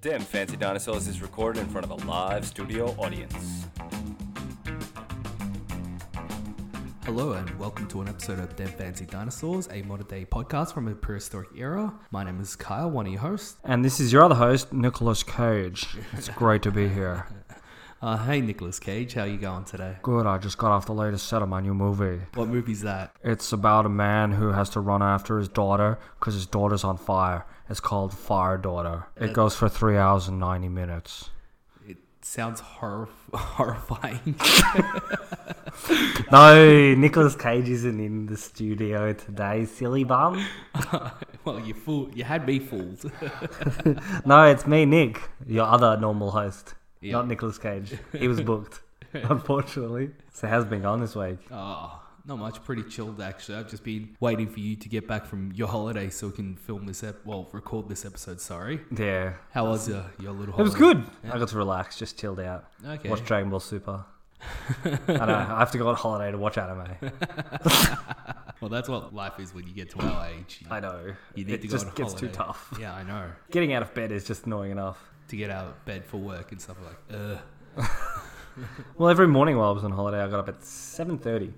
Dim Fancy Dinosaurs is recorded in front of a live studio audience. Hello and welcome to an episode of Dead Fancy Dinosaurs, a modern day podcast from a prehistoric era. My name is Kyle, one of your hosts. And this is your other host, Nicholas Cage. It's great to be here. Uh, hey, Nicholas Cage, how you going today? Good, I just got off the latest set of my new movie. What movie's that? It's about a man who has to run after his daughter because his daughter's on fire. It's called Fire Daughter. It goes for three hours and 90 minutes. It sounds horrif- horrifying. No, Nicholas Cage isn't in the studio today, silly bum. well, you fool, you had me fooled. No, it's me, Nick, your other normal host. Yeah. Not Nicholas Cage. He was booked, unfortunately. So, how's it been going this week? oh, not much, pretty chilled actually. I've just been waiting for you to get back from your holiday so we can film this, ep- well, record this episode, sorry. Yeah, How was uh, your little holiday? It was good. I got to relax, just chilled out. Okay. Watch Dragon Ball Super. I know. I have to go on holiday to watch anime. Well, that's what life is when you get to our age. You, I know. you need it to go just on gets too holiday. tough. Yeah, I know. Getting out of bed is just annoying enough. to get out of bed for work and stuff like ugh. Well, every morning while I was on holiday, I got up at seven thirty.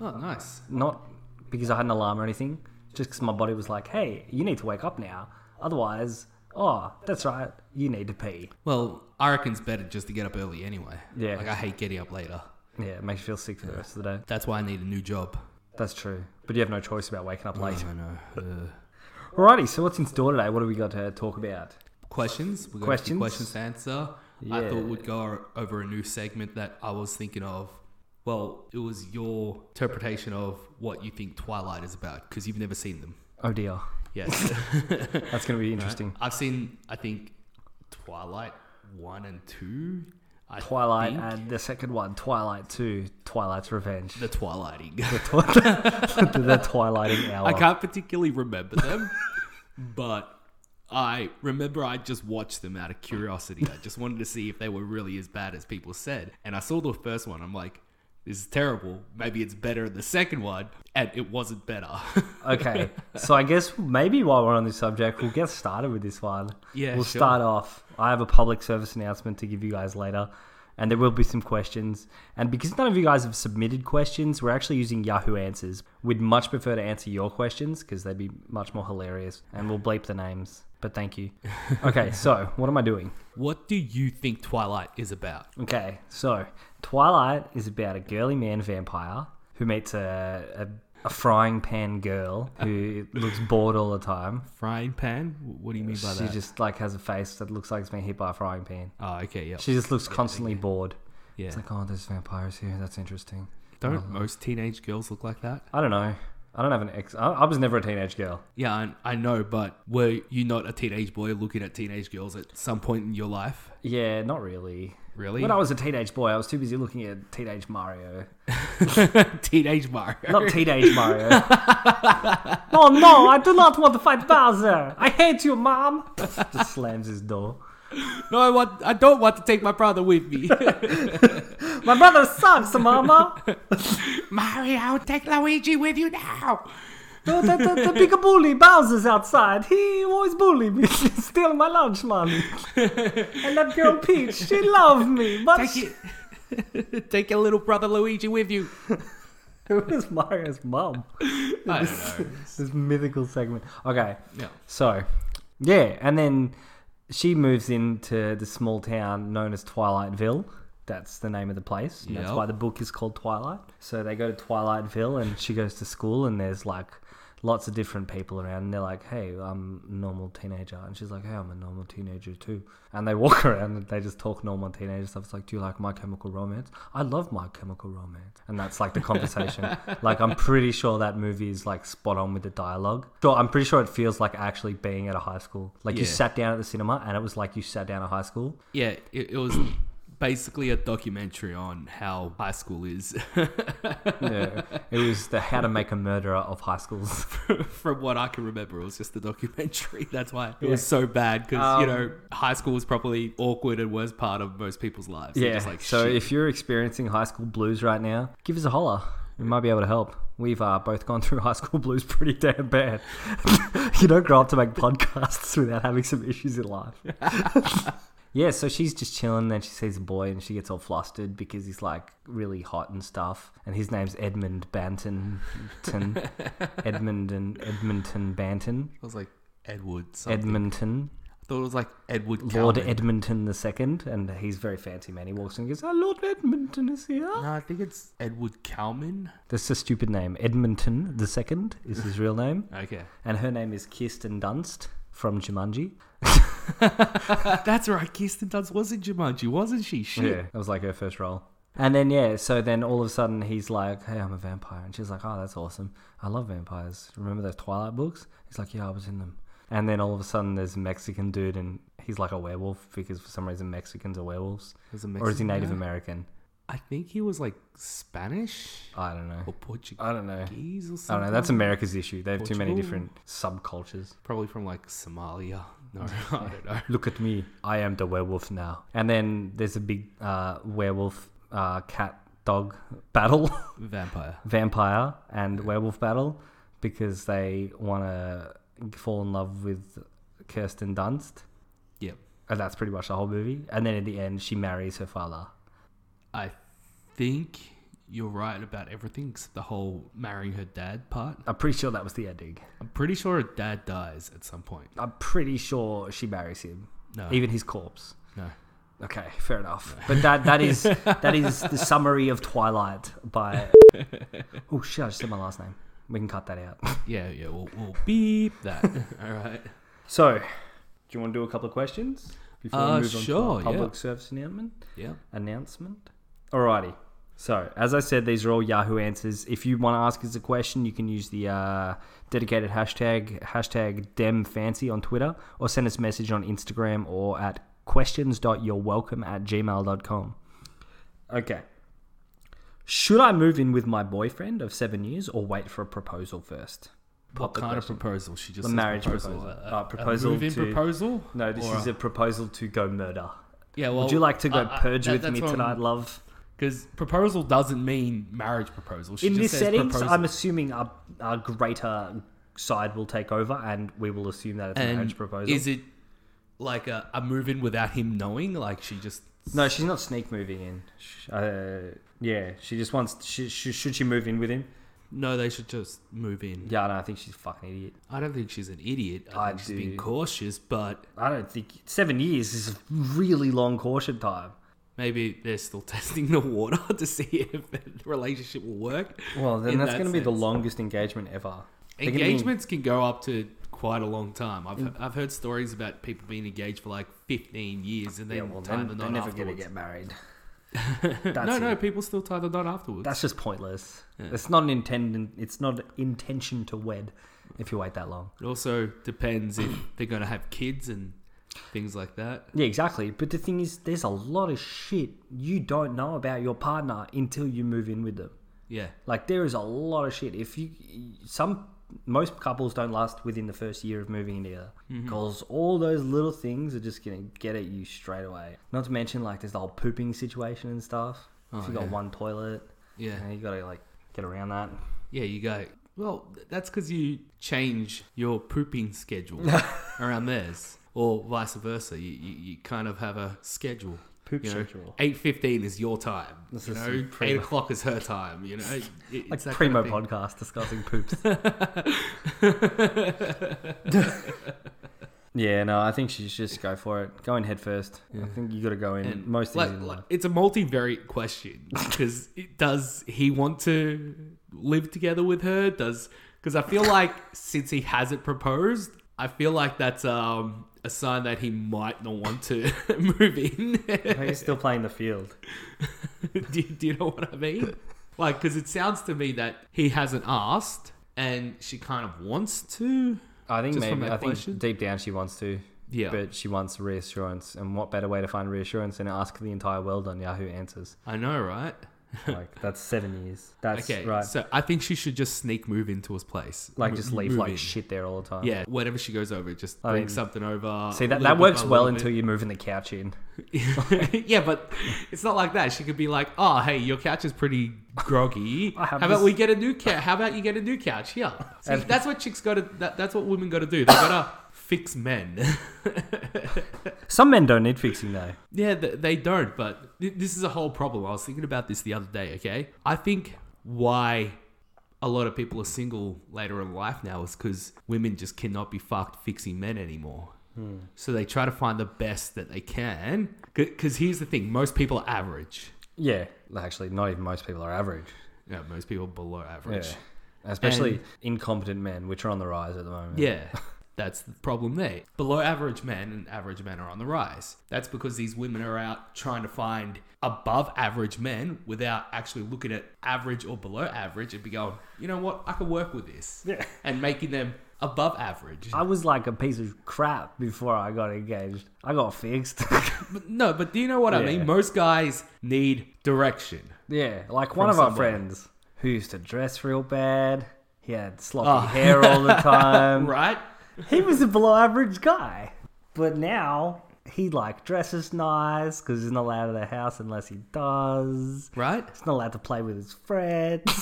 Oh, nice. Not because I had an alarm or anything, just because my body was like, "Hey, you need to wake up now. Otherwise, oh, that's right, you need to pee." Well, I reckon it's better just to get up early anyway. Yeah. Like, I hate getting up later. Yeah, it makes you feel sick for the rest of the day. That's why I need a new job. That's true. But you have no choice about waking up late. I know. Ugh. Alrighty, so what's in store today? What do we got to talk about? Questions? We're going to do Questions? questions to answer. I Yeah. thought we'd go over a new segment that I was thinking of. Well, it was your interpretation of what you think Twilight is about because you've never seen them. Oh dear. Yes. That's going to be interesting. I've seen, I think, Twilight 1 and 2. I Twilight think. and the second one, Twilight 2, Twilight's Revenge. The Twilighting. The, the Twilighting Hour. I can't particularly remember them, but I remember I just watched them out of curiosity. I just wanted to see if they were really as bad as people said. And I saw the first one. I'm like, this is terrible. Maybe it's better in the second one. And it wasn't better. Okay, so I guess maybe while we're on this subject, we'll get started with this one. Yeah, We'll sure. start off. I have a public service announcement to give you guys later, and there will be some questions. And because none of you guys have submitted questions, we're actually using Yahoo Answers. We'd much prefer to answer your questions because they'd be much more hilarious, and we'll bleep the names. But thank you. Okay, so what am I doing? what do you think Twilight is about? Okay, so Twilight is about a girly man vampire who meets a, a, a frying pan girl who looks bored all the time. Frying pan? Wh- What do you mean by She that? just like has a face that looks like it's been hit by a frying pan. oh, okay. Yeah. She just looks constantly bored. yeah. It's like, oh, there's vampires here. That's interesting. Uh-huh. Don't most teenage girls look like that? I don't know. I don't have an ex. I, I was never a teenage girl. Yeah, I, I know, but were you not a teenage boy looking at teenage girls at some point in your life? Yeah, not really. Really? When I was a teenage boy, I was too busy looking at teenage Mario. Teenage Mario. Not teenage Mario. oh no, I do not want to fight Bowser. I hate you, mom. Just slams his door. No, I want. I don't want to take my brother with me. My brother sucks, mama. Mario, take Luigi with you now. No, the, the, the big bully Bowser's outside. He always bully me. She steal my lunch money. and that girl Peach, she loved me. But Take it. take your little brother Luigi with you. who is Mario's mum? I don't know. This mythical segment. Okay, No. so yeah, and then she moves into the small town known as Twilightville. That's the name of the place. and That's Yep. why the book is called Twilight. So they go to Twilightville, and she goes to school, and there's like lots of different people around, and they're like, "Hey, I'm a normal teenager," and she's like, "Hey, I'm a normal teenager too." And they walk around, and they just talk normal teenager stuff. It's like, "Do you like My Chemical Romance?" I love My Chemical Romance, and that's like the conversation. like, I'm pretty sure that movie is like spot on with the dialogue. Sure, I'm pretty sure it feels like actually being at a high school. Like you Yeah. sat down at the cinema, and it was like you sat down at high school. Yeah, it, it was basically a documentary on how high school is, Yeah. it was the How to Make a Murderer of high schools. from what I can remember. It was just a documentary. That's why it was so bad because you know high school was probably awkward and worst part of most people's lives. They're Yeah. just like, so shit. if you're experiencing high school blues right now, give us a holler. We might be able to help. We've uh, both gone through high school blues pretty damn bad. you don't grow up to make podcasts without having some issues in life. yeah, so she's just chilling, then she sees a boy and she gets all flustered because he's like really hot and stuff. And his name's Edmund Banton. Edmund and Edmonton Banton. I was like Edward. Something. Edmonton. I thought it was like Edward. Lord Calvin. Edmonton the second, and he's very fancy man. He walks in and goes, "Oh, Lord Edmonton is here." No, I think it's Edward Calman. That's a stupid name. Edmonton the second is his real name, Okay, and her name is Kirsten Dunst from Jumanji. that's right. Kirsten Dunst was in Jumanji, wasn't she? Shit. that was like her first role. And then yeah, so then all of a sudden he's like, "Hey, I'm a vampire," and she's like, "Oh, that's awesome. I love vampires. Remember those Twilight books?" He's like, "Yeah, I was in them." And then all of a sudden there's a Mexican dude, and he's like a werewolf because for some reason Mexicans are werewolves, Was a or is he Mexican Native guy? American? I think he was like Spanish I don't know. or Portuguese Oh. I don't know. or I something. don't know. That's America's issue. They have too many Portugal. different subcultures. probably from like Somalia. No, I don't know. Look at me. I am the werewolf now. And then there's a big uh, werewolf uh, cat dog battle, Vampire. vampire and werewolf battle, because they want to fall in love with Kirsten Dunst. Yep. And that's pretty much the whole movie. And then in the end, she marries her father. I think you're right about everything except the whole marrying her dad part. I'm pretty sure that was the ending. I'm pretty sure her dad dies at some point. I'm pretty sure she marries him, No. even his corpse. no. Okay, fair enough. But that that is that is the summary of Twilight by. Oh shit! I just said my last name. We can cut that out. Yeah, yeah, we'll, we'll beep that. All right. So, do you want to do a couple of questions before Uh, we move sure, on yeah. to our public service announcement? Yeah. Announcement. Alrighty. So, as I said, these are all Yahoo answers. If you want to ask us a question, you can use the uh, dedicated hashtag hashtag demfancy on Twitter, or send us a message on Instagram or at questions.yourwelcome at gmail.com. Okay. Should I move in with my boyfriend of seven years or wait for a proposal first? What the kind of question. proposal? She just The says marriage A, proposal. a, Uh, proposal move-in to- proposal. No, this Or is a proposal to go murder. yeah. Well, Would you like to go Oh, I- I- purge that- with me that's what I'm- tonight, love? Because proposal doesn't mean marriage proposal. She In just this says settings, proposal. I'm assuming our, our greater side will take over, and we will assume that it's a marriage proposal. Is it like a, a move in without him knowing? Like she just no, she's not sneak moving in. Sh- Uh, yeah, she just wants. She, she, should she move in with him? no, they should just move in. Yeah, no, I think she's a fucking idiot. I don't think she's an idiot. I, I think she's being do. cautious, but I don't think seven years is a really long caution time. maybe they're still testing the water to see if the relationship will work. Well, then In that's that going to be the sense. longest engagement ever. They're gonna be- Engagements can go up to quite a long time. I've, Mm. I've heard stories about people being engaged for like 15 years and then Yeah, well, tying then the they're knot never going afterwards. to get married. no, That's no, it. people still tie the knot afterwards. That's just pointless. It's not an intended. It's not intention to wed if you wait that long. It also depends if they're going to have kids and things like that. Yeah, exactly. But the thing is, there's a lot of shit you don't know about your partner until you move in with them. Yeah. Like there is a lot of shit. If you some most couples don't last within the first year of moving in together Mm-hmm. because all those little things are just gonna get at you straight away. Not to mention like there's the whole pooping situation and stuff. if you got Oh, yeah. one toilet, Yeah. you, know, you gotta like get around that. Yeah, you go. Well, that's because you change your pooping schedule around theirs, or vice versa. You, you, you kind of have a schedule. Poop you know, schedule. Eight fifteen is your time. This you is know, pretty eight much- o'clock is her time. You know, It- it's Like that primo kind of podcast discussing poops. yeah, no, I think she should just go for it. Go in head first. I think you got to go in. thing. Most things like, in like, life. it's a multivariate question because does he want to live together with her? Does because I feel like since he hasn't proposed, I feel like that's um, a sign that he might not want to move in. He's still playing the field. do, you- do you know what I mean? Like, because it sounds to me that he hasn't asked and she kind of wants to. I think Just from maybe. that I think question? deep down she wants to, Yeah, but she wants reassurance. And what better way to find reassurance than ask the entire world on Yahoo Answers? I know, right? like that's seven years. That's Okay, right. so I think she should just sneak move into his place. like M- just leave move like in. shit there all the time. Yeah, whenever she goes over, just I bring mean, something over. See that, little that bit works by well little until you're moving the couch in. bit. yeah, but it's not like that. She could be like, "Oh, hey, your couch is pretty groggy. I How have about this- we get a new couch? How about you get a new couch here?" See, And- that's what chicks got to. That, that's what women got to do. They gotta fix men. Some men don't need fixing though. Yeah, th- they don't, but th- this is a whole problem. I was thinking about this the other day, okay? I think why a lot of people are single later in life now is because women just cannot be fucked fixing men anymore. So they try to find the best that they can. Because here's the thing most people are average. Yeah, actually, not even most people are average. Yeah, most people below average. Yeah. Especially And- incompetent men, which are on the rise at the moment. Yeah. That's the problem there. Below average men and average men are on the rise. That's because these women are out trying to find above average men without actually looking at average or below average and be going, you know what, I can work with this. Yeah. And making them above average. I was like a piece of crap before I got engaged. I got fixed. But no, but do you know what I Yeah. mean? Most guys need direction. yeah, like one of our somewhere. friends who used to dress real bad. He had Oh. sloppy hair all the time. Right? He was a below average guy. But now he like dresses nice because he's not allowed out of the house unless he does. Right? He's not allowed to play with his friends.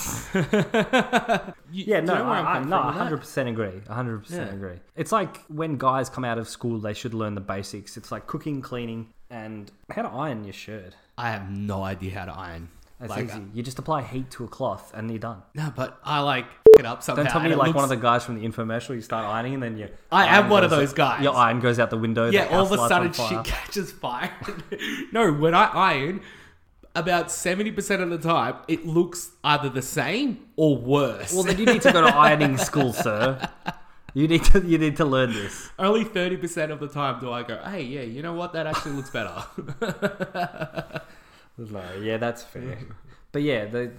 You- Yeah, do you no, know where I'm I, I, coming no, from with that? 100% agree. 100% Yeah. agree. It's like when guys come out of school, they should learn the basics. It's like cooking, cleaning, and how to iron your shirt. I have no idea how to iron. That's like, easy. You just apply heat to a cloth and you're done. No, but I like it up somehow. Don't tell me and it you're like looks- one of the guys from the infomercial. You start ironing and then you. I am iron one of goes- those guys. Your iron goes out the window. the Yeah, all of house a lights sudden on shit fire. catches fire. no, when I iron, about 70% of the time, it looks either the same or worse. Well, then you need to go to ironing school, sir. You need to you need to learn this. Only 30% of the time do I go, hey, yeah, you know what? That actually looks better. No, yeah, that's fair. But yeah, the,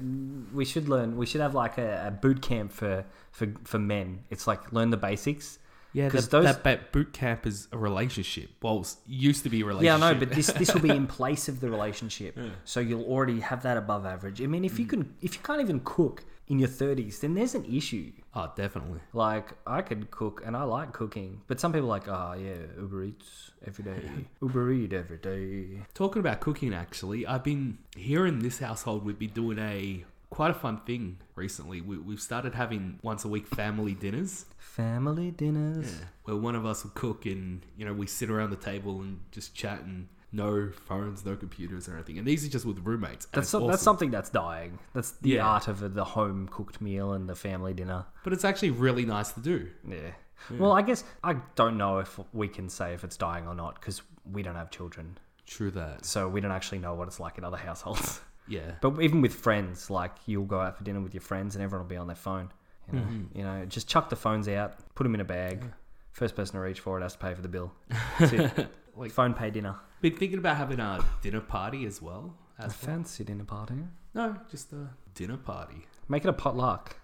we should learn. We should have like a, a boot camp for, for for men. It's like learn the basics. yeah, 'Cause that, those- that, that boot camp is a relationship. Well, s- used to be a Yeah, I relationship. know, but this this will be in place of the relationship. So you'll already have that above average. I mean, if you can, if you can't even cook in your thirties, then there's an issue. Oh, definitely. Like I could cook and I like cooking, but some people are like, oh yeah, Uber Eats every day, Uber Eat every day. Talking about cooking, actually, I've been here in this household. We've been doing a quite a fun thing recently. We, we've started having once a week family dinners. Family dinners. where one of us will cook and you know we sit around the table and just chat and no phones, no computers or anything. And these are just with roommates. and That's it's so, that's awesome. something that's dying. That's the Yeah. art of the home cooked meal and the family dinner. but it's actually really nice to do. Yeah. Well, I guess I don't know if we can say if it's dying or not because we don't have children, True that. so we don't actually know what it's like in other households. Yeah. but even with friends, like you'll go out for dinner with your friends and everyone will be on their phone. You know, you know, just chuck the phones out, put them in a bag. First person to reach for it has to pay for the bill. That's it. Like- phone pay dinner. Been thinking about having a dinner party as well. A As fancy dinner party. no, just a dinner party. Make it a potluck,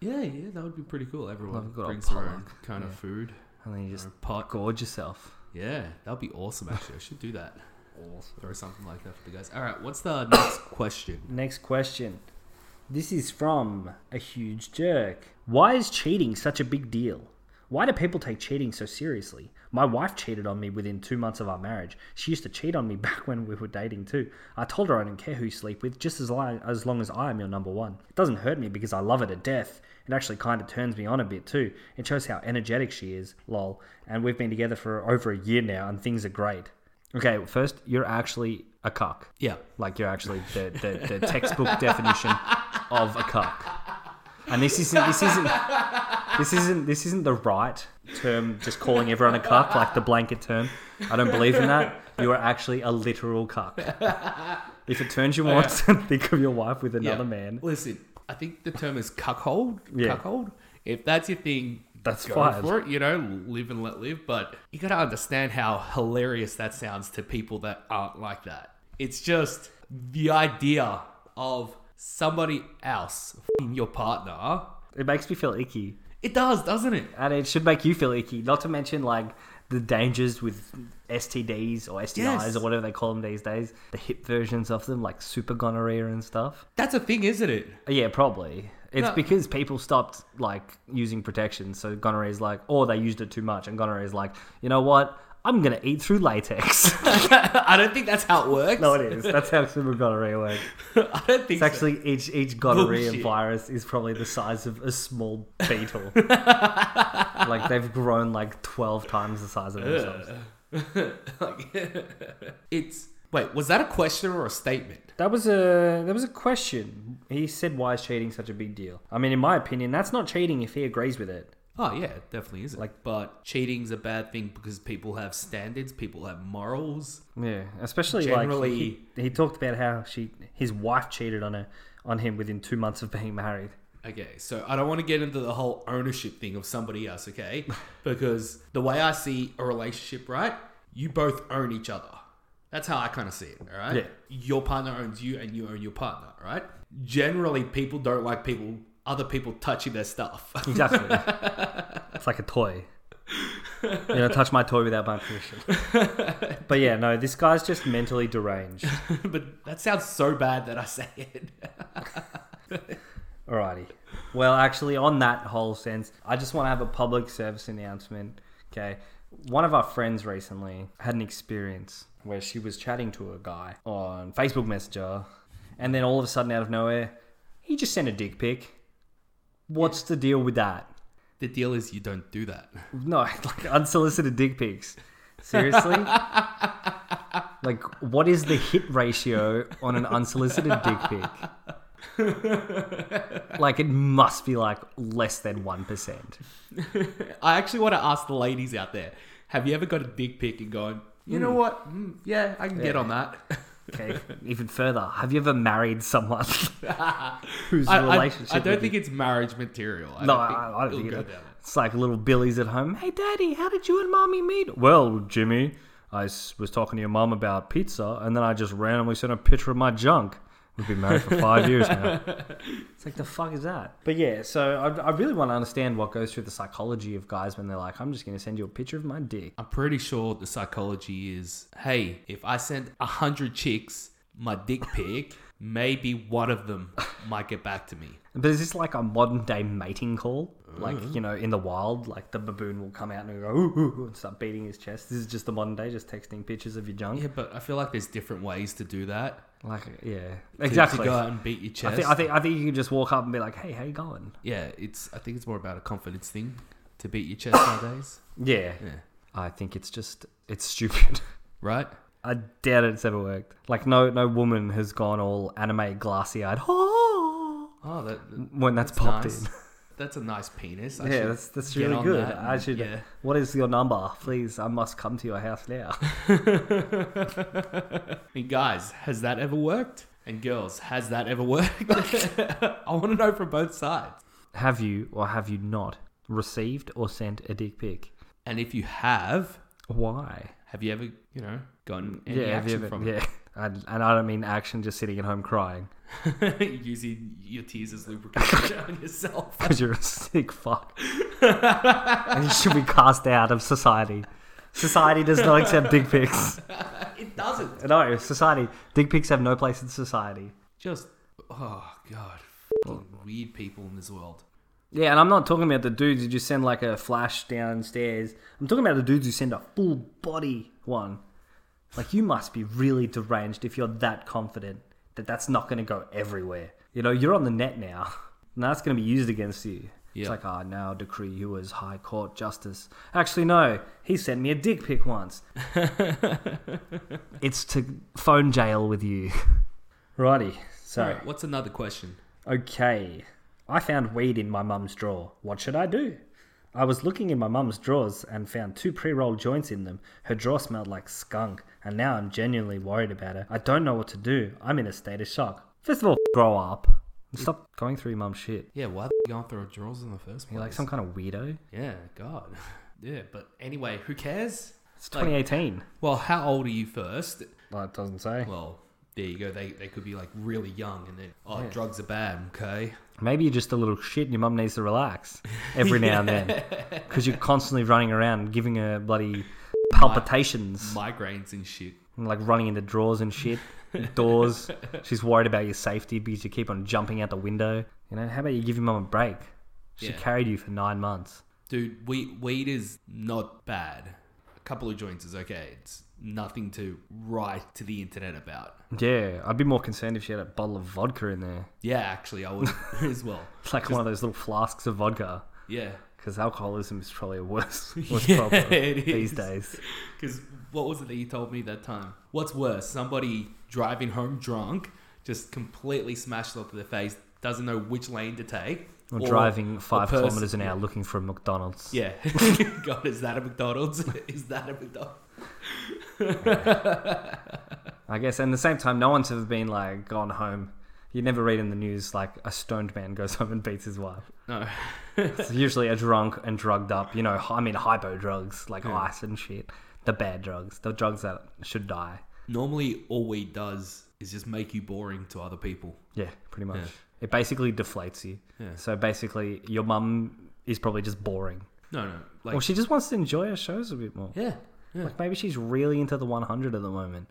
Yeah, yeah, that would be pretty cool. Everyone Love a good old brings their own potluck. kind of food. and then you just or pot. gorge yourself. Yeah, that'd be awesome. Actually, I should do that. Throw something like that for the guys. All right, what's the next question? Next question. This is from a huge jerk. Why is cheating such a big deal? Why do people take cheating so seriously? My wife cheated on me within two months of our marriage. She used to cheat on me back when we were dating too. I told her I don't care who you sleep with, just as long as, long as I am your number one. It doesn't hurt me because I love her to death. It actually kind of turns me on a bit too. It shows how energetic she is, lol. And we've been together for over a year now, and things are great. Okay, first, you're actually a cuck. Yeah, Like you're actually the, the, the textbook definition of a cuck. And this isn't this isn't this isn't this isn't the right term just calling everyone a cuck, like the blanket term. I don't believe in that. You are actually a literal cuck. If it turns you on to think of your wife with another Oh, Yeah. man, Listen, I think the term is cuckold. Yeah. Cuckold. If that's your thing, That's go fine. for it. You know, live and let live. But you got to understand how hilarious that sounds to people that aren't like that. It's just the idea of somebody else f***ing your partner. it makes me feel icky. It does, doesn't it? And it should make you feel icky. Not to mention like the dangers with STDs or STIs Yes. or whatever they call them these days, the hip versions of them, like super gonorrhea and stuff. That's a thing, isn't it? Yeah, probably. It's No. because people stopped like using protection, so gonorrhea's like, or they used it too much, and gonorrhea's like, you know what? I'm gonna eat through latex. I don't think that's how it works. no, it is. That's how super gonorrhea works. I don't think It's actually each each gonorrhea Bullshit. virus is probably the size of a small beetle. like they've grown like twelve times the size of themselves. it's wait. Was that a question or a statement? That was a that was a question. He said, "Why is cheating such a big deal?" I mean, in my opinion, that's not cheating if he agrees with it. Oh yeah, it definitely isn't. Like- Like, but cheating's a bad thing because people have standards, people have morals. Yeah, especially Generally- like he, he talked about how she his wife cheated on her on him within two months of being married. Okay, so I don't want to get into the whole ownership thing of somebody else, okay? Because the way I see a relationship, right? You both own each other. That's how I kind of see it, all right? Yeah. Your partner owns you and you own your partner, all right? Generally, people don't like people, other people touching their stuff. Exactly. it's like a toy. You know, touch my toy without my permission. But yeah, no, this guy's just mentally deranged. but that sounds so bad that I say it. Alrighty. Well, actually, on that whole sense, I just want to have a public service announcement. Okay. One of our friends recently had an experience where she was chatting to a guy on Facebook Messenger, and then all of a sudden, out of nowhere, he just sent a dick pic. What's the deal with that? the deal is you don't do that. No, like unsolicited dick pics. Seriously? like, what is the hit ratio on an unsolicited dick pic? like, it must be like less than 1%. I actually want to ask the ladies out there have you ever got a dick pic and gone, you Hmm. know what? Mm, yeah, I can get on that. Okay, even further. Have you ever married someone whose I, I- relationship? I, don't with think you- it's marriage material. I No, don't I, think I don't it'll think go it, down it's like little Billy's at home. Hey, Daddy, how did you and Mommy meet? Well, Jimmy, I s- was talking to your mom about pizza, and then I just randomly sent a picture of my junk. We've been married for five years now. It's like the fuck is that? But yeah, so I, I really want to understand what goes through the psychology of guys when they're like, I'm just going to send you a picture of my dick. I'm pretty sure the psychology is, hey, if I send a hundred chicks my dick pic, maybe one of them might get back to me. But is this like a modern day mating call? Like, you know, in the wild, like the baboon will come out and go, ooh, ooh, ooh, and start beating his chest. This is just the modern day, just texting pictures of your junk. Yeah, but I feel like there's different ways to do that. Like, yeah. To- Exactly. To go out and beat your chest. I think, I think I think you can just walk up and be like, "Hey, how you going?" yeah, it's. I think it's more about a confidence thing to beat your chest nowadays, Yeah. Yeah. I think it's just it's stupid. right? I doubt it's ever worked. Like no no woman has gone all anime glassy eyed oh, Oh, that, when that's, that's popped nice. in. That's a nice penis. I yeah, should that's that's get really on good. that I and- should. yeah. What is your number, please? I must come to your house now. And guys, has that ever worked? And girls, has that ever worked? I want to know from both sides. have you or have you not received or sent a dick pic? And if you have, Why? have you ever, you know, gotten any yeah, have you action ever? from Yeah, and, and I don't mean action, just sitting at home crying it? using your tears as lubrication on yourself? because you're a sick fuck, and you should be cast out of society. Society does not accept dick pics. It doesn't. No, society. Dick pics have no place in society. Just, oh god, fucking weird people in this world. Yeah, and I'm not talking about the dudes who just send like a flash downstairs. I'm talking about the dudes who send a full body one. Like, you must be really deranged if you're that confident that that's not going to go everywhere. You know, you're on the net now, and that's going to be used against you. It's Yeah. like, I now decree you as High Court Justice. Actually, no, he sent me a dick pic once. it's to phone jail with you. Righty, so. All right, what's another question? Okay. I found weed in my mum's drawer. What should I do? I was looking in my mum's drawers and found two pre rolled joints in them. Her drawer smelled like skunk, and now I'm genuinely worried about her. I don't know what to do. I'm in a state of shock. First of all, grow up. And Stop going through your mum's shit. Yeah, why the f- going through drawers in the first place? You're like some kind of weirdo. yeah, god, yeah. But anyway, who cares? It's Like- 2018. Well, how old are you first? Well, it doesn't say. Well, there you go. They, they could be like really young and then, oh, drugs are bad, okay? Maybe you're just a little shit and your mum needs to relax every now and then. Because you're constantly running around giving her bloody palpitations, migraines and shit. and, like running into drawers and shit, doors. She's worried about your safety because you keep on jumping out the window. You know, how about you give your mum a break? She Yeah. carried you for nine months. Dude, weed, weed is not bad. A couple of joints is okay. It's nothing to write to the internet about. Yeah, I'd be more concerned if she had a bottle of vodka in there, Yeah, actually, I would as well. It's like one of those little flasks of vodka. Yeah. Because alcoholism is probably a worse, worse Yeah, problem it these is. days. Because what was it that you told me that time? What's worse, somebody driving home drunk, just completely smashed up to their face, doesn't know which lane to take, Or, or driving a five person- kilometers an hour looking for a McDonald's. Yeah. God, is that a McDonald's? Is that a McDonald's? I guess. And at the same time, no one's ever been like gone home. You never read in the news like a stoned man goes home and beats his wife. No. It's usually a drunk and drugged up, you know, hy- I mean, hypo drugs like ice and shit. The bad drugs, the drugs that should die. Normally, all weed does is just make you boring to other people. Yeah, pretty much. Yeah. It basically deflates you. Yeah. So basically, your mum is probably just boring. No, no. Like, Or she just wants to enjoy her shows a bit more. yeah. Yeah. Like maybe she's really into the 100 at the moment,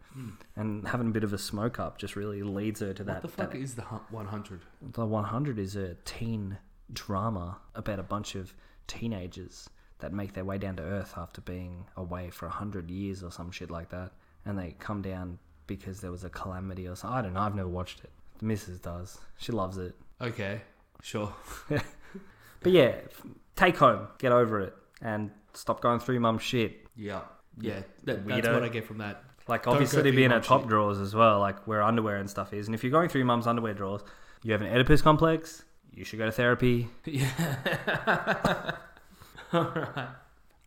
and having a bit of a smoke up just really leads her to that. what the fuck that- is the hu- 100? the 100 is a teen drama about a bunch of teenagers that make their way down to Earth after being away for 100 years or some shit like that, and they come down because there was a calamity or something. I don't know. I've never watched it. The missus does. She loves it. Okay. Sure. But yeah, f- take home, get over it, and stop going through your mum's shit. Yeah. Yeah. That, that's Weirdo. what I get from that. Like Don't go obviously through to be your in her mum's top shit. drawers as well, like where underwear and stuff is. And if you're going through your mum's underwear drawers, you have an Oedipus complex. You should go to therapy. Yeah. All right.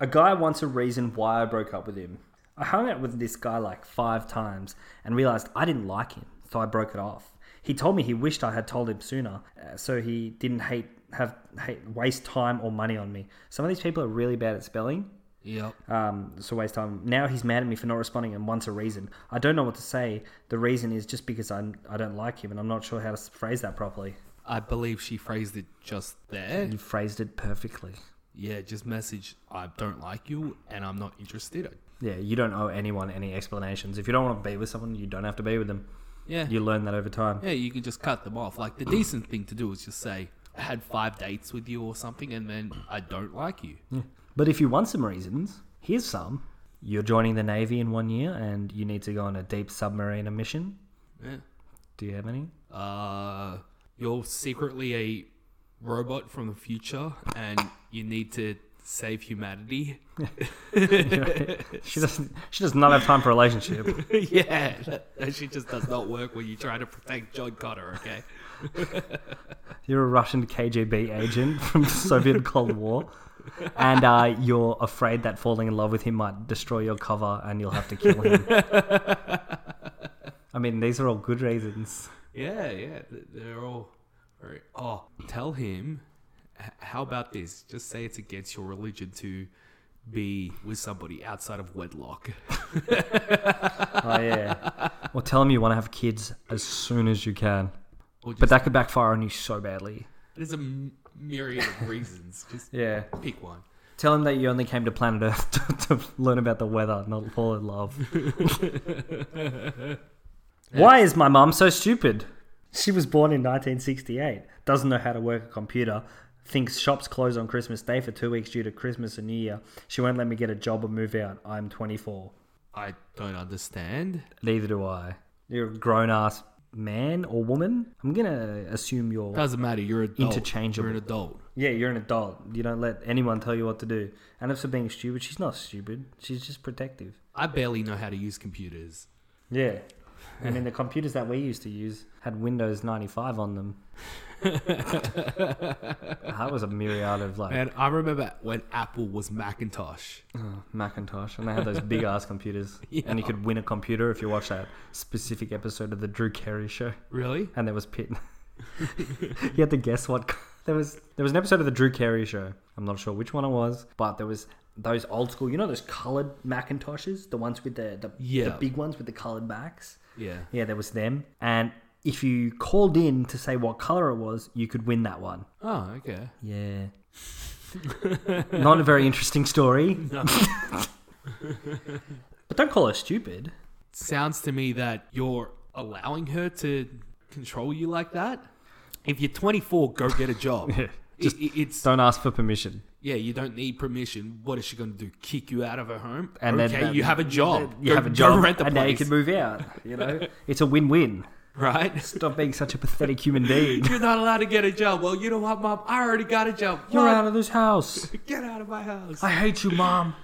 A guy wants a reason why I broke up with him. I hung out with this guy like five times and realized I didn't like him, so I broke it off. He told me he wished I had told him sooner, uh, so he didn't hate have hate waste time or money on me. Some of these people are really bad at spelling. Yep. Um, so waste time. Now he's mad at me for not responding and wants a reason. I don't know what to say. The reason is just because I I don't like him and I'm not sure how to s- phrase that properly. I believe she phrased it just there. You phrased it perfectly. Yeah, just message, I don't like you and I'm not interested. Yeah, you don't owe anyone any explanations. If you don't want to be with someone, you don't have to be with them. Yeah. You learn that over time. Yeah, you can just cut them off. Like the decent thing to do is just say, I had five dates with you or something and then I don't like you. But if you want some reasons, here's some. You're joining the Navy in one year and you need to go on a deep submariner mission. Yeah. Do you have any? Uh, you're secretly a robot from the future and you need to save humanity. She doesn't she does not have time for a relationship. yeah, that, that shit just does not work when you try to protect John Connor, okay? You're a Russian KGB agent from the Soviet Cold War. And uh, you're afraid that falling in love with him might destroy your cover and you'll have to kill him. I mean, these are all good reasons. Yeah, yeah, th- they're all very. Oh, tell him. h- How about this? Just say it's against your religion to be with somebody outside of wedlock. Oh, yeah. Or tell him you want to have kids as soon as you can. Or just, But that could backfire on you so badly. there's a m- myriad of reasons. Just Yeah. pick one. Tell him that you only came to planet Earth to, to learn about the weather, not fall in love. Why is my mum so stupid? She was born in 1968, doesn't know how to work a computer, thinks shops close on Christmas Day for two weeks due to Christmas and New Year. She won't let me get a job or move out. I'm 24. I don't understand. Neither do I. You're a grown ass man or woman. I'm gonna assume you're. Doesn't matter. You're adult. Interchangeable. You're an adult. Yeah, you're an adult. You don't let anyone tell you what to do. And as for being stupid, she's not stupid. She's just protective. I barely know how to use computers. Yeah. I mean, the computers that we used to use had Windows 95 on them. that was a myriad of like And I remember when Apple was Macintosh. Macintosh, and they had those big ass computers. And you could win a computer if you watched that specific episode of the Drew Carey show. Really? And there was Pitt. you had to guess what. There was there was an episode of the Drew Carey show. I'm not sure which one it was, but there was those old school. You know those colored Macintoshes, the ones with the the, the Yeah. big ones with the colored backs. Yeah. Yeah, there was them. And if you called in to say what color it was, you could win that one. Oh, okay. Yeah. Not a very interesting story. But don't call her stupid. sounds to me that you're allowing her to control you like that. If you're 24, go get a job. Yeah, It- just it- it's Don't ask for permission. yeah, you don't need permission. What is she going to do? Kick you out of her home? And then okay, that- you have a job. Oh, You Go- have a go job, rent the and now you place, can move out. You know, it's a win-win. right? Stop being such a pathetic human being. You're not allowed to get a job. Well, you know what, mom? I already got a job. You're What? out of this house. Get out of my house. I hate you, mom.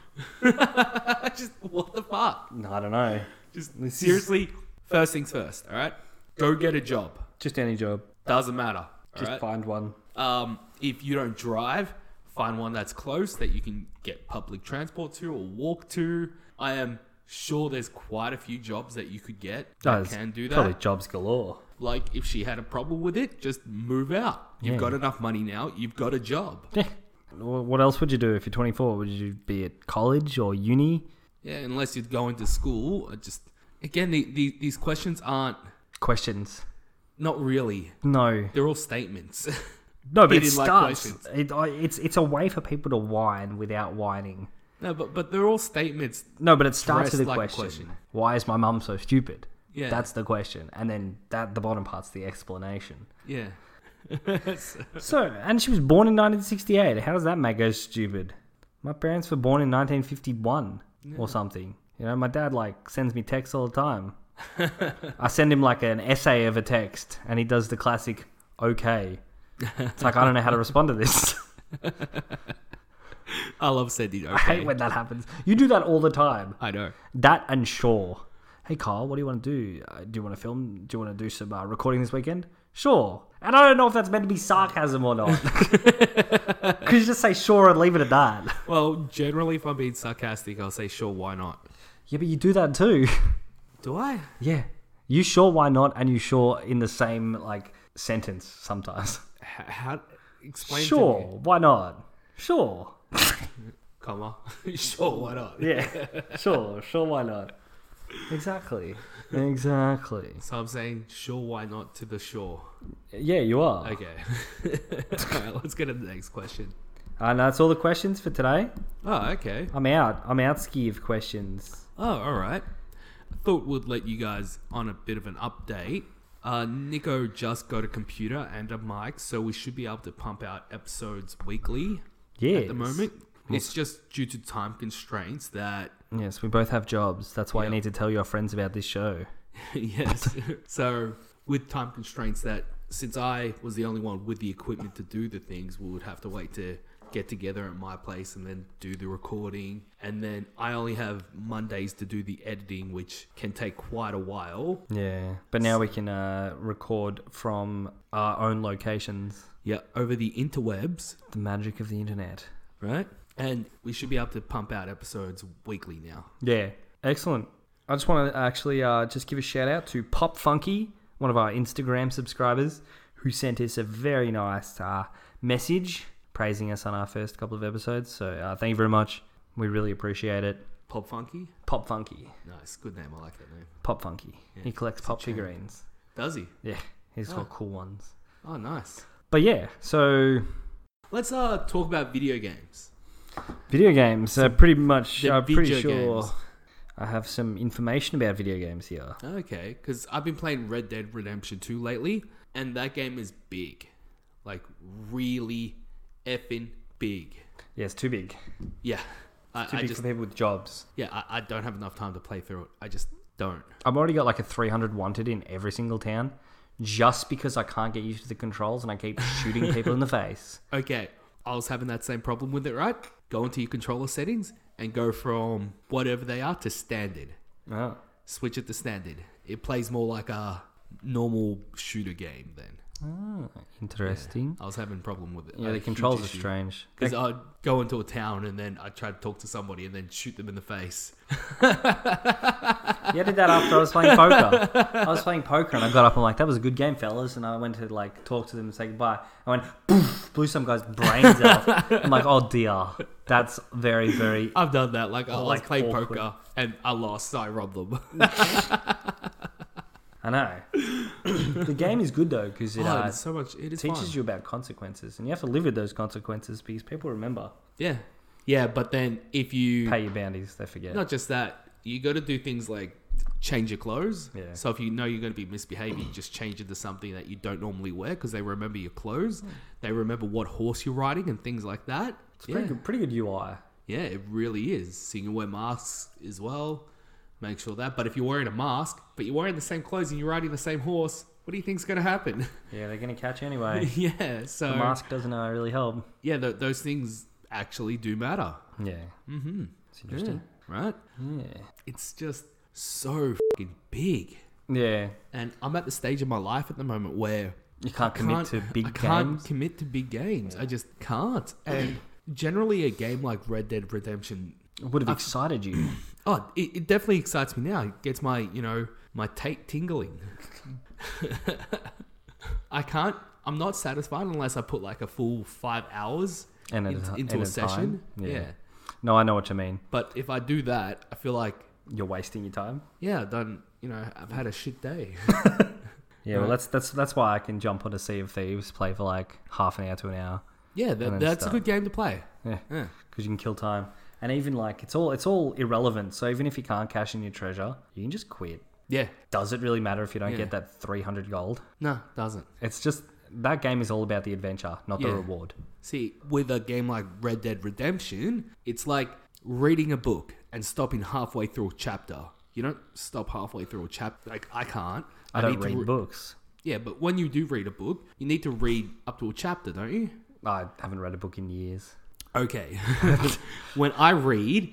I just what the fuck? No, I don't know. Just This is- seriously, first things first. All right, go get a job. Just any job. Doesn't matter. all Just right? find one. Um, if you don't drive, find one that's close that you can get public transport to or walk to. I am sure there's quite a few jobs that you could get that Guys, can do that. Probably jobs galore. Like if she had a problem with it, just move out. You've Yeah. got enough money now. You've got a job. Yeah. Wh- What else would you do if you're 24? Would you be at college or uni? Yeah, unless you're going to school. I Just again, the, the, these questions aren't Questions. not really. No. They're all statements. No, but He it didn't like starts. questions. it, I- it's it's a way for people to whine without whining. no, but but they're all statements. No, but it starts Dressed with a like a question. question. Why is my mum so stupid? Yeah. That's the question, and then that the bottom part's the explanation. Yeah. So- So, and she was born in 1968. How does that make her stupid? My parents were born in 1951 or something. You know, my dad like sends me texts all the time. I send him like an essay of a text, and he does the classic "okay." It's like I don't know how to respond to this. I love sending. Okay. I hate when that happens. You do that all the time. I know. That and Shaw. Hey Carl, what do you want to do? Uh, do you want to film? Do you want to do some uh, recording this weekend? Sure. And I don't know if that's meant to be sarcasm or not. Could you just say sure and leave it at that? Well, generally, if I'm being sarcastic, I'll say, sure, why not? Yeah, but you do that too. Do I? yeah. You sure why not and you sure in the same like sentence sometimes. H- how? Explain. to sure, me. why not? Sure. comma. sure, why not? Yeah. sure, sure why not? Exactly. Exactly. So I'm saying, sure, why not to the shore? Yeah, you are. Okay. All right, let's get to the next question. And that's all the questions for today. Oh, okay. I'm out. I'm out ski of questions. Oh, all right. I thought we'd let you guys on a bit of an update. Uh, Nico just got a computer and a mic, so we should be able to pump out episodes weekly Yes. at the moment. It's just due to time constraints that Yes, we both have jobs. That's why Yep. you need to tell your friends about this show. yes. so with time constraints that since I was the only one with the equipment to do the things, we would have to wait to get together at my place and then do the recording. And then I only have Mondays to do the editing, which can take quite a while. Yeah. But now we can uh, record from our own locations. Yeah, over the interwebs, The magic of the internet. right? And we should be able to pump out episodes weekly now. Yeah. Excellent. I just want to actually uh, just give a shout out to Pop Funky, one of our Instagram subscribers, who sent us a very nice uh, message praising us on our first couple of episodes. So uh, thank you very much. We really appreciate it. Pop Funky? Pop Funky. Nice, good name. I like that name. Pop Funky. he collects pop figurines. Does he? Yeah, he's got cool ones. Oh, nice. But yeah, so Let's uh talk about video games. video games are pretty much. they're I'm pretty video sure games. I have some information about video games here. Okay, because I've been playing Red Dead Redemption 2 lately, and that game is big. Like, really effing big. Yeah, it's too big. Yeah. I, Too I big just, for people with jobs. yeah, I, I don't have enough time to play through it. I just don't. I've already got like a 300 wanted in every single town, just because I can't get used to the controls and I keep shooting people in the face. Okay, I was having that same problem with it, right? Go into your controller settings and go from whatever they are to standard. Oh. Switch it to standard. It plays more like a normal shooter game then. Interesting. I was having a problem with it. Yeah, the controls are strange. Because I'd go into a town and then I'd try to talk to somebody and then shoot them in the face. Yeah, I did that after I was playing poker. I was playing poker and I got up and like, that was a good game, fellas. And I went to like talk to them and say goodbye. I went, poof, blew some guy's brains out. I'm like, oh dear, that's very, very. I've done that. Like, I was like playing Oh, awkward. poker and I lost, so I robbed them. I know. the game is good though because it Oh, uh, it's so much. It is teaches fun. you about consequences and you have to live with those consequences because people remember. Yeah. Yeah, but then if you Pay your bounties, they forget. not just that, you got to do things like change your clothes. Yeah. So if you know you're going to be misbehaving, just change it to something that you don't normally wear because they remember your clothes, they remember what horse you're riding and things like that. Hmm. It's yeah. pretty good, pretty good UI. yeah, it really is. So you can wear masks as well. Make sure that. But if you're wearing a mask, but you're wearing the same clothes and you're riding the same horse, what do you think's going to happen? Yeah, they're gonna catch you anyway. yeah. So the mask doesn't uh, really help. yeah, th- those things actually do matter. Yeah. Mm-hmm. It's interesting. Right? Yeah. It's just so fucking big. Yeah. And I'm at the stage of my life at the moment where You can't commit can't- to big I can't games. commit to big games. I just can't. And generally, a game like Red Dead Redemption, It would have excited you. oh, it, it definitely excites me now. It gets my you know my tape tingling. I can't. I'm not satisfied unless I put like a full five hours And at in- a into ti- and a at a session. time. Yeah. yeah. no, I know what you mean. But if I do that, I feel like You're wasting your time. yeah, I've done. You know, I've had a shit day. Yeah, well, that's that's that's why I can jump on a Sea of Thieves, play for like half an hour to an hour, yeah, then that, that's start. a good game to play. yeah, Yeah. because you can kill time. And even like it's all it's all irrelevant. So even if you can't cash in your treasure, you can just quit. Yeah. Does it really matter if you don't Yeah. get that three hundred gold? No, doesn't. It's just that game is all about the adventure, not the Yeah. reward. See, with a game like Red Dead Redemption, it's like reading a book and stopping halfway through a chapter. You don't stop halfway through a chapter. Like I can't. I, don't read to re- books. Yeah, but when you do read a book, you need to read up to a chapter, don't you? I haven't read a book in years. Okay. when I read,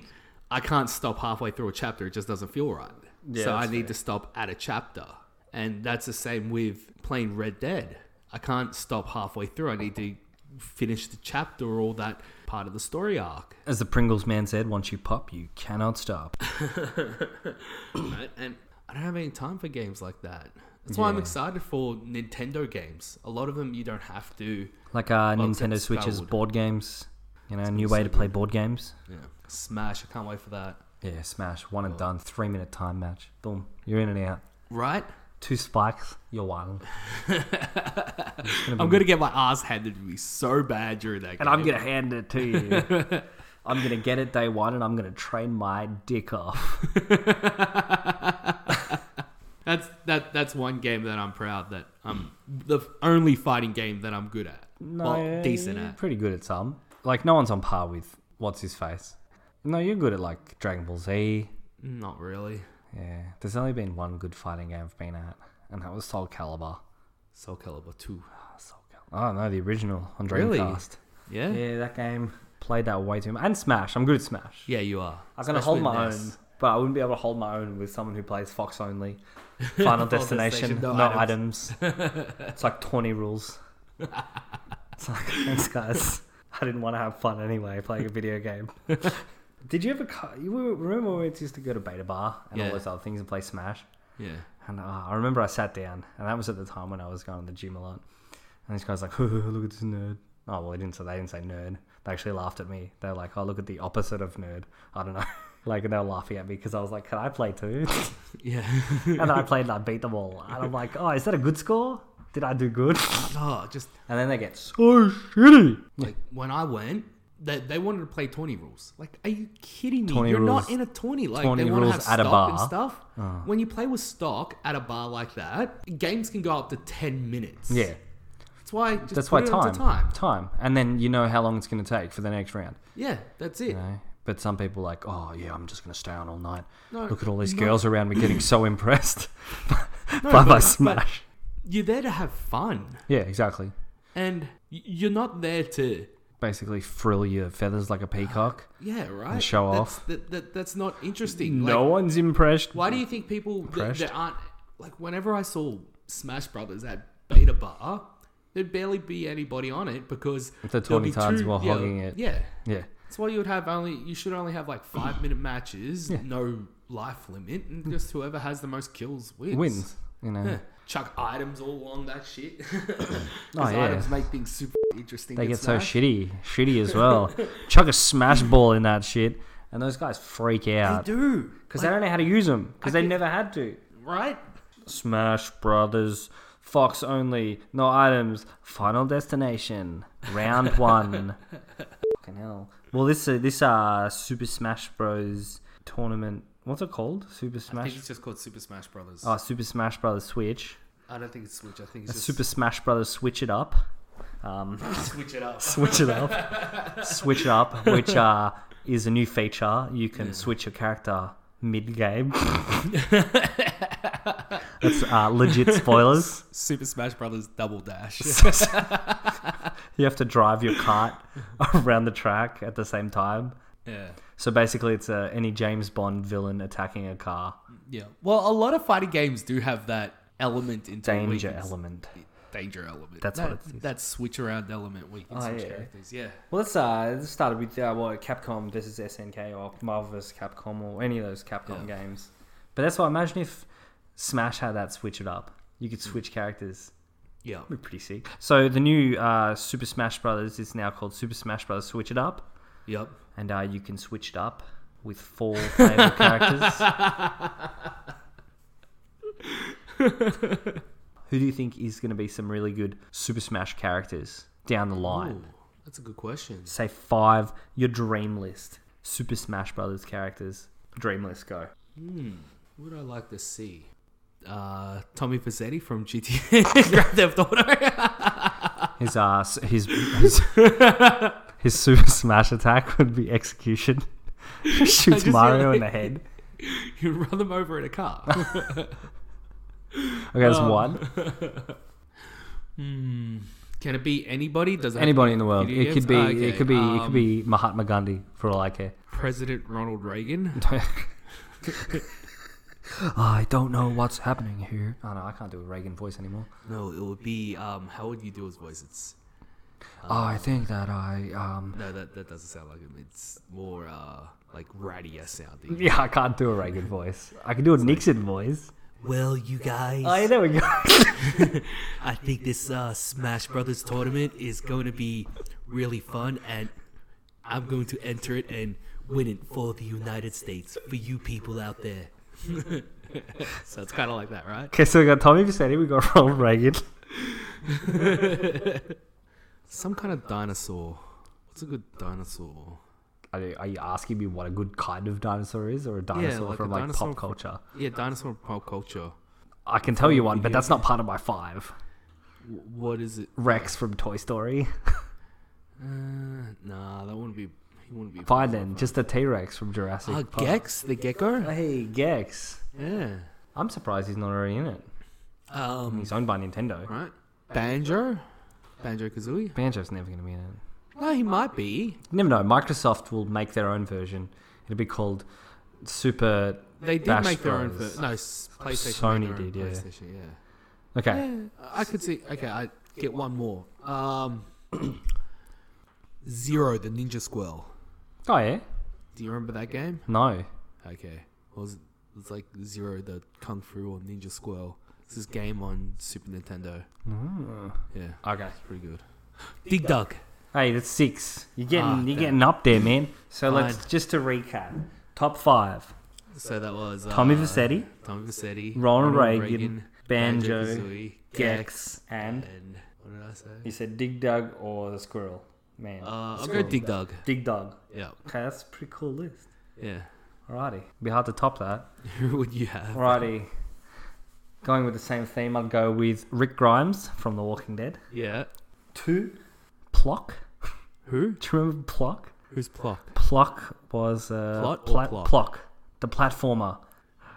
I can't stop halfway through a chapter. It just doesn't feel right. Yeah, so I that's need to stop at a chapter. And that's the same with playing Red Dead. I can't stop halfway through. I need to finish the chapter or all that part of the story arc. As the Pringles man said, once you pop, you cannot stop. right? And I don't have any time for games like that. That's why I'm Yeah. excited for Nintendo games. A lot of them you don't have to Like uh, Well, Nintendo except Switch's Skyward. board games, you know, a new way to play board games. you know, smash. I can't wait for that. Yeah, smash, one Oh. and done, three minute time match. Boom, you're in and out. Right? Two spikes, you're one. I'm gonna get my ass handed to me so bad during that. And I'm going to hand it to you. I'm going to get it day one and I'm going to train my dick off. That's that. That's one game that I'm proud that I'm the only fighting game that I'm good at. well, decent eh? you're at. Pretty good at some. Like, no one's on par with what's his face. No, you're good at like Dragon Ball Z. Not really. Yeah, there's only been one good fighting game I've been at, and that was Soul Calibur. Soul Calibur two. Soul Calibur. Oh no, the original on Really? Dreamcast. Yeah. Yeah, Yeah, Eh, that game played that way too much. And Smash, I'm good at Smash. you are. I'm gonna Especially hold my NES. own, but I wouldn't be able to hold my own with someone who plays Fox only. Final Destination, Destination, no, no items. it's like 20 rules. It's like, thanks guys. I didn't want to have fun anyway playing a video game. Did you ever? cu- You were- remember when we used to go to Beta Bar and all Yeah. those other things and play Smash? Yeah. And uh, I remember I sat down, and that was at the time when I was going to the gym a lot. And this guy's like, "Look at this nerd." Oh well, they didn't say they didn't say nerd. They actually laughed at me. They're like, "Oh, look at the opposite of nerd." I don't know. Like and they were laughing at me because I was like, "Can I play too?" Yeah. and then I played and I beat them all. And I'm like, "Oh, is that a good score? Did I do good?" oh, just And then they get so shitty. like when I went, they, they wanted to play twenty rules. Like, are you kidding me? 20 You're rules. not in a twenty. Like 20 they want to rules have at a stock and bar. Oh. stuff. When you play with stock at a bar like that, games can go up to ten minutes. Yeah, That's why. Just that's put why it into time, time. time, and then you know how long it's going to take for the next round. Yeah, that's it. know? But some people like, oh yeah, I'm just gonna stay on all night. No, Look at all these no. girls around me getting so impressed by my but- smash. You're there to have fun, Yeah, exactly. and y- you're not there to Basically, frill your feathers like a peacock. yeah, right? show that's, off. That, that, that's not interesting. no Like, one's impressed. why do you think people that, Impressed. that aren't like? Whenever I saw Smash Brothers at Beta Bar, there'd barely be anybody on it because The there'll be 20 times two- were yeah, hogging it. Yeah, Yeah, that's why you would have only. You should only have like five minute matches, no life limit, and just whoever has the most kills wins. wins. You know, Yeah. Chuck items all along that shit. Oh, oh, yeah. Items make things super interesting. they in get Smash. so shitty, shitty as well. Chuck a smash ball in that shit, and those guys freak out They do. because they don't know how to use them because they never had to. Right? Smash Brothers, Fox only, no items, Final Destination, round one. Fucking hell. Well, this uh, this uh Super Smash Bros. tournament. What's it called? Super I Smash. think it's just called Super Smash Brothers. Oh, Super Smash Brothers Switch. I don't think it's Switch. I think It's it's just Super Smash Brothers Switch it up. Um, Switch it up. switch it up. switch it up, which uh, is a new feature. You can switch your character mid game. That's uh, legit spoilers. Super Smash Brothers Double Dash. You have to drive your cart around the track at the same time. yeah. So basically, it's uh, any James Bond villain attacking a car. Yeah. Well, a lot of fighting games do have that element into it where you Danger can- element. Danger element. That's that, what it is. That switch around element where you can Oh, switch yeah. characters. Yeah. Well, let's uh, let's start with uh, what Capcom versus SNK or Marvel versus Capcom or any of those Capcom games. But that's why I imagine if Smash had that switch it up, you could switch characters. Yeah. That'd be pretty sick. So the new uh, Super Smash Brothers is now called Super Smash Brothers Switch It Up, Yep. and uh, you can switch it up with four playable characters. Who do you think is going to be some really good Super Smash characters down the line? Ooh, that's a good question. say five your dream list super smash brothers characters dream list go Hmm. What would I like to see? Uh, Tommy Pizzetti from GTA Grand Theft Auto. his ass his his, his super smash attack would be execution shoots just mario really- in the head you run them over in a car. okay that's Oh. one Hmm. Can it be anybody? Does it have to anybody be in the world video it Oh, could games? be Okay, it could be it um, could be mahatma gandhi for all i care President Ronald Reagan. i don't know what's happening here oh no i can't do a reagan voice anymore No, it would be. Um, how would you do his voice? It's i think that i um no, that that doesn't sound like him. It's more uh like radio sounding. yeah i can't do a reagan voice i can do a nixon voice Well, you guys, oh yeah, there we go I think this uh, Smash Brothers tournament is going to be really fun, and I'm going to enter it and win it for the United States, for you people out there. so it's kind of like that, right? Okay, so we got Tommy Vicetti, we got Ronald Reagan. Some kind of dinosaur. What's a good dinosaur? Are you, are you asking me what a good kind of dinosaur is, or a dinosaur like a from like dinosaur pop from- culture? Yeah, dinosaur pop culture. I can tell you one, but that's not part of my five. W- what is it? Rex from Toy Story. Uh, nah, that wouldn't be. He wouldn't be. Fine then, just a T Rex from Jurassic Uh, Park. Gex, the gecko. Hey Gex, Yeah. I'm surprised he's not already in it. Um. He's owned by Nintendo. Right. Banjo. Banjo Kazooie. Banjo's never going to be in it. No, he might be. You never know. Microsoft will make their own version. It'll be called Super. They did Bash make their own. Bros. Ver- no, s- PlayStation. Sony made their own did, yeah. PlayStation, yeah. Okay, Yeah, I could see. Okay, I get one more. Um, Zero, the Ninja Squirrel. oh yeah, Do you remember that game? no. Okay. What was it? it was like Zero, the Kung Fu or Ninja Squirrel. It's this game on Super Nintendo. Yeah, Ah. Okay. it's pretty good. Dig Dug. Hey, that's six. You're getting Ah, you're damn. getting up there, man. So Fine. let's just to recap: top five: So that was uh, Tommy Vassetti, Tommy Vassetti, Ronald Reagan, Banjo, Kazooie, Gex, and and what did I say? you said Dig Dug or the Squirrel Man. Uh, I'm going Dig Dug. Dig Dug. Yeah, Okay, that's a pretty cool list. yeah. Alrighty, be hard to top that. Who would you have? Alrighty, going with the same theme, I'd go with Rick Grimes from The Walking Dead. Yeah. Two, Plock. Who? Do you remember Plock? Who's Plock? Plock was uh, Plot or Plock? Plock, the platformer.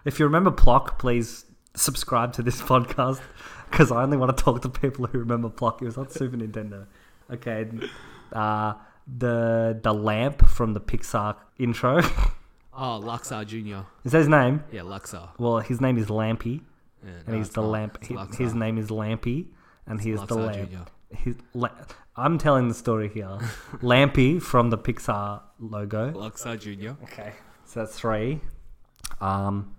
If you remember Plock, please subscribe to this podcast because I only want to talk to people who remember Plock. It was on Super Nintendo. Okay, uh, the the lamp from the Pixar intro. Oh, Luxar Jr. is that his name? Yeah, Luxar. Well, his name is Lampy, Yeah, and he's the lamp. He, his name is Lampy, and he is the Luxar lamp. Jr.. His, la- I'm telling the story here. Lampy from the Pixar logo. Luxar Jr. Okay. So that's three. Um,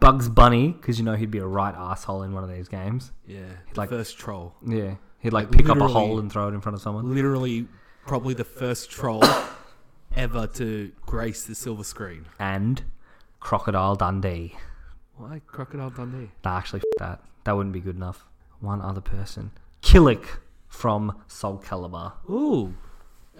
Bugs Bunny, because you know he'd be a right asshole in one of these games. Yeah. Like- first troll. Yeah. He'd like Like, pick up a literally- hole and throw it in front of someone. Literally, probably the first troll ever to grace the silver screen. And Crocodile Dundee. Why Crocodile Dundee? Nah, actually, f- that. That wouldn't be good enough. One other person. Killick from Soul Calibur. Ooh,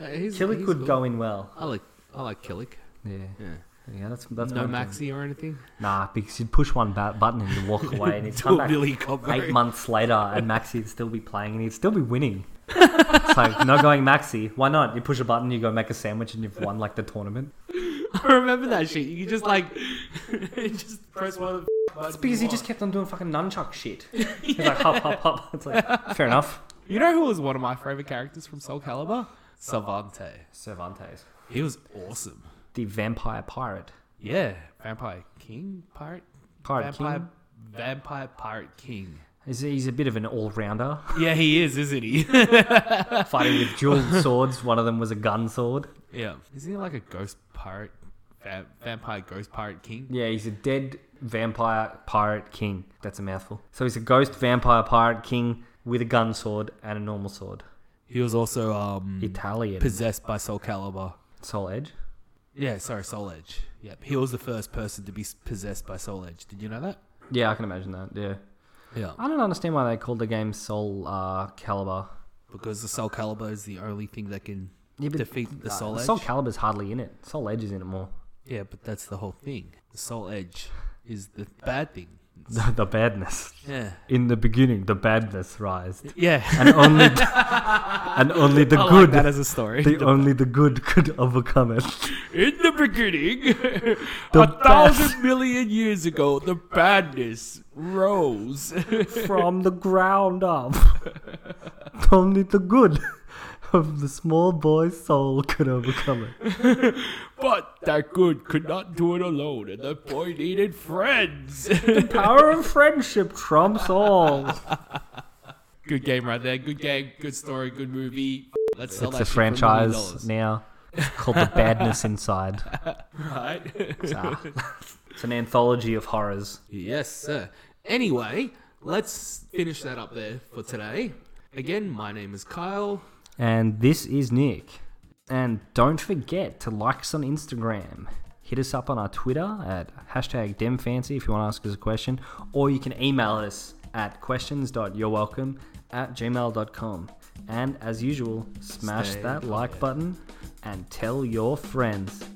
Uh, he's, Killick he's would cool. go in well. I like I like Killick. Yeah, Yeah. yeah. That's that's no one thing. Maxi or anything. Nah, because you'd push one ba- button and you'd walk away, and he'd Still come back Billy Cobbo. eight months later, and Maxi'd still be playing, and he'd still be winning. it's like not going Maxi. Why not? You push a button, you go make a sandwich, and you've won like the tournament. I remember that shit. You just like just press one of the buttons It's because he you just want. kept on doing fucking nunchuck shit. He's like hop, hop, hop. It's like fair enough. You know who was one of my favorite characters from Soul Calibur? Savante. Cervantes, He was awesome. the vampire pirate, Yeah, vampire king, pirate, pirate vampire, king. vampire pirate king. He's, he's a bit of an all-rounder, Yeah, he is, isn't he? fighting with dual swords. One of them was a gun sword. yeah, isn't he like a ghost pirate, va- vampire ghost pirate king? Yeah, he's a dead vampire pirate king. That's a mouthful. So he's a ghost vampire pirate king with a gun sword and a normal sword. He was also um Italian. possessed by Soul Calibur. Soul Edge. Yeah, sorry, Soul Edge. Yep, he was the first person to be s- possessed by Soul Edge. Did you know that? Yeah, I can imagine that. Yeah. Yeah, I don't understand why they called the game Soul uh, Calibur. because the Soul Calibur is the only thing that can Yeah, but defeat the Soul Edge. Soul Calibur's hardly in it. Soul Edge is in it more. yeah, but that's the whole thing. The Soul Edge is the bad thing. The, the badness. Yeah. In the beginning, the badness rised, Yeah. and only and only the I like good. that as a story. the only the good could overcome it. In the beginning, The a best. thousand million years ago, the badness rose. from the ground up. Only the good of the small boy's soul could overcome it. but that good could not do it alone, and the boy needed friends. Power of friendship trumps all. good game right there. Good game. Good story. Good movie. Let's sell It's that a shit for a million franchise dollars, now called The Badness Inside. right? It's, ah, it's an anthology of horrors. Yes, sir. Anyway, let's finish that up there for today. Again, my name is Kyle. And this is Nick. And don't forget to like us on Instagram. Hit us up on our Twitter at hashtag DemFancy if you want to ask us a question. Or you can email us at questions.yourwelcome at gmail.com. And as usual, smash Stay that like button and tell your friends.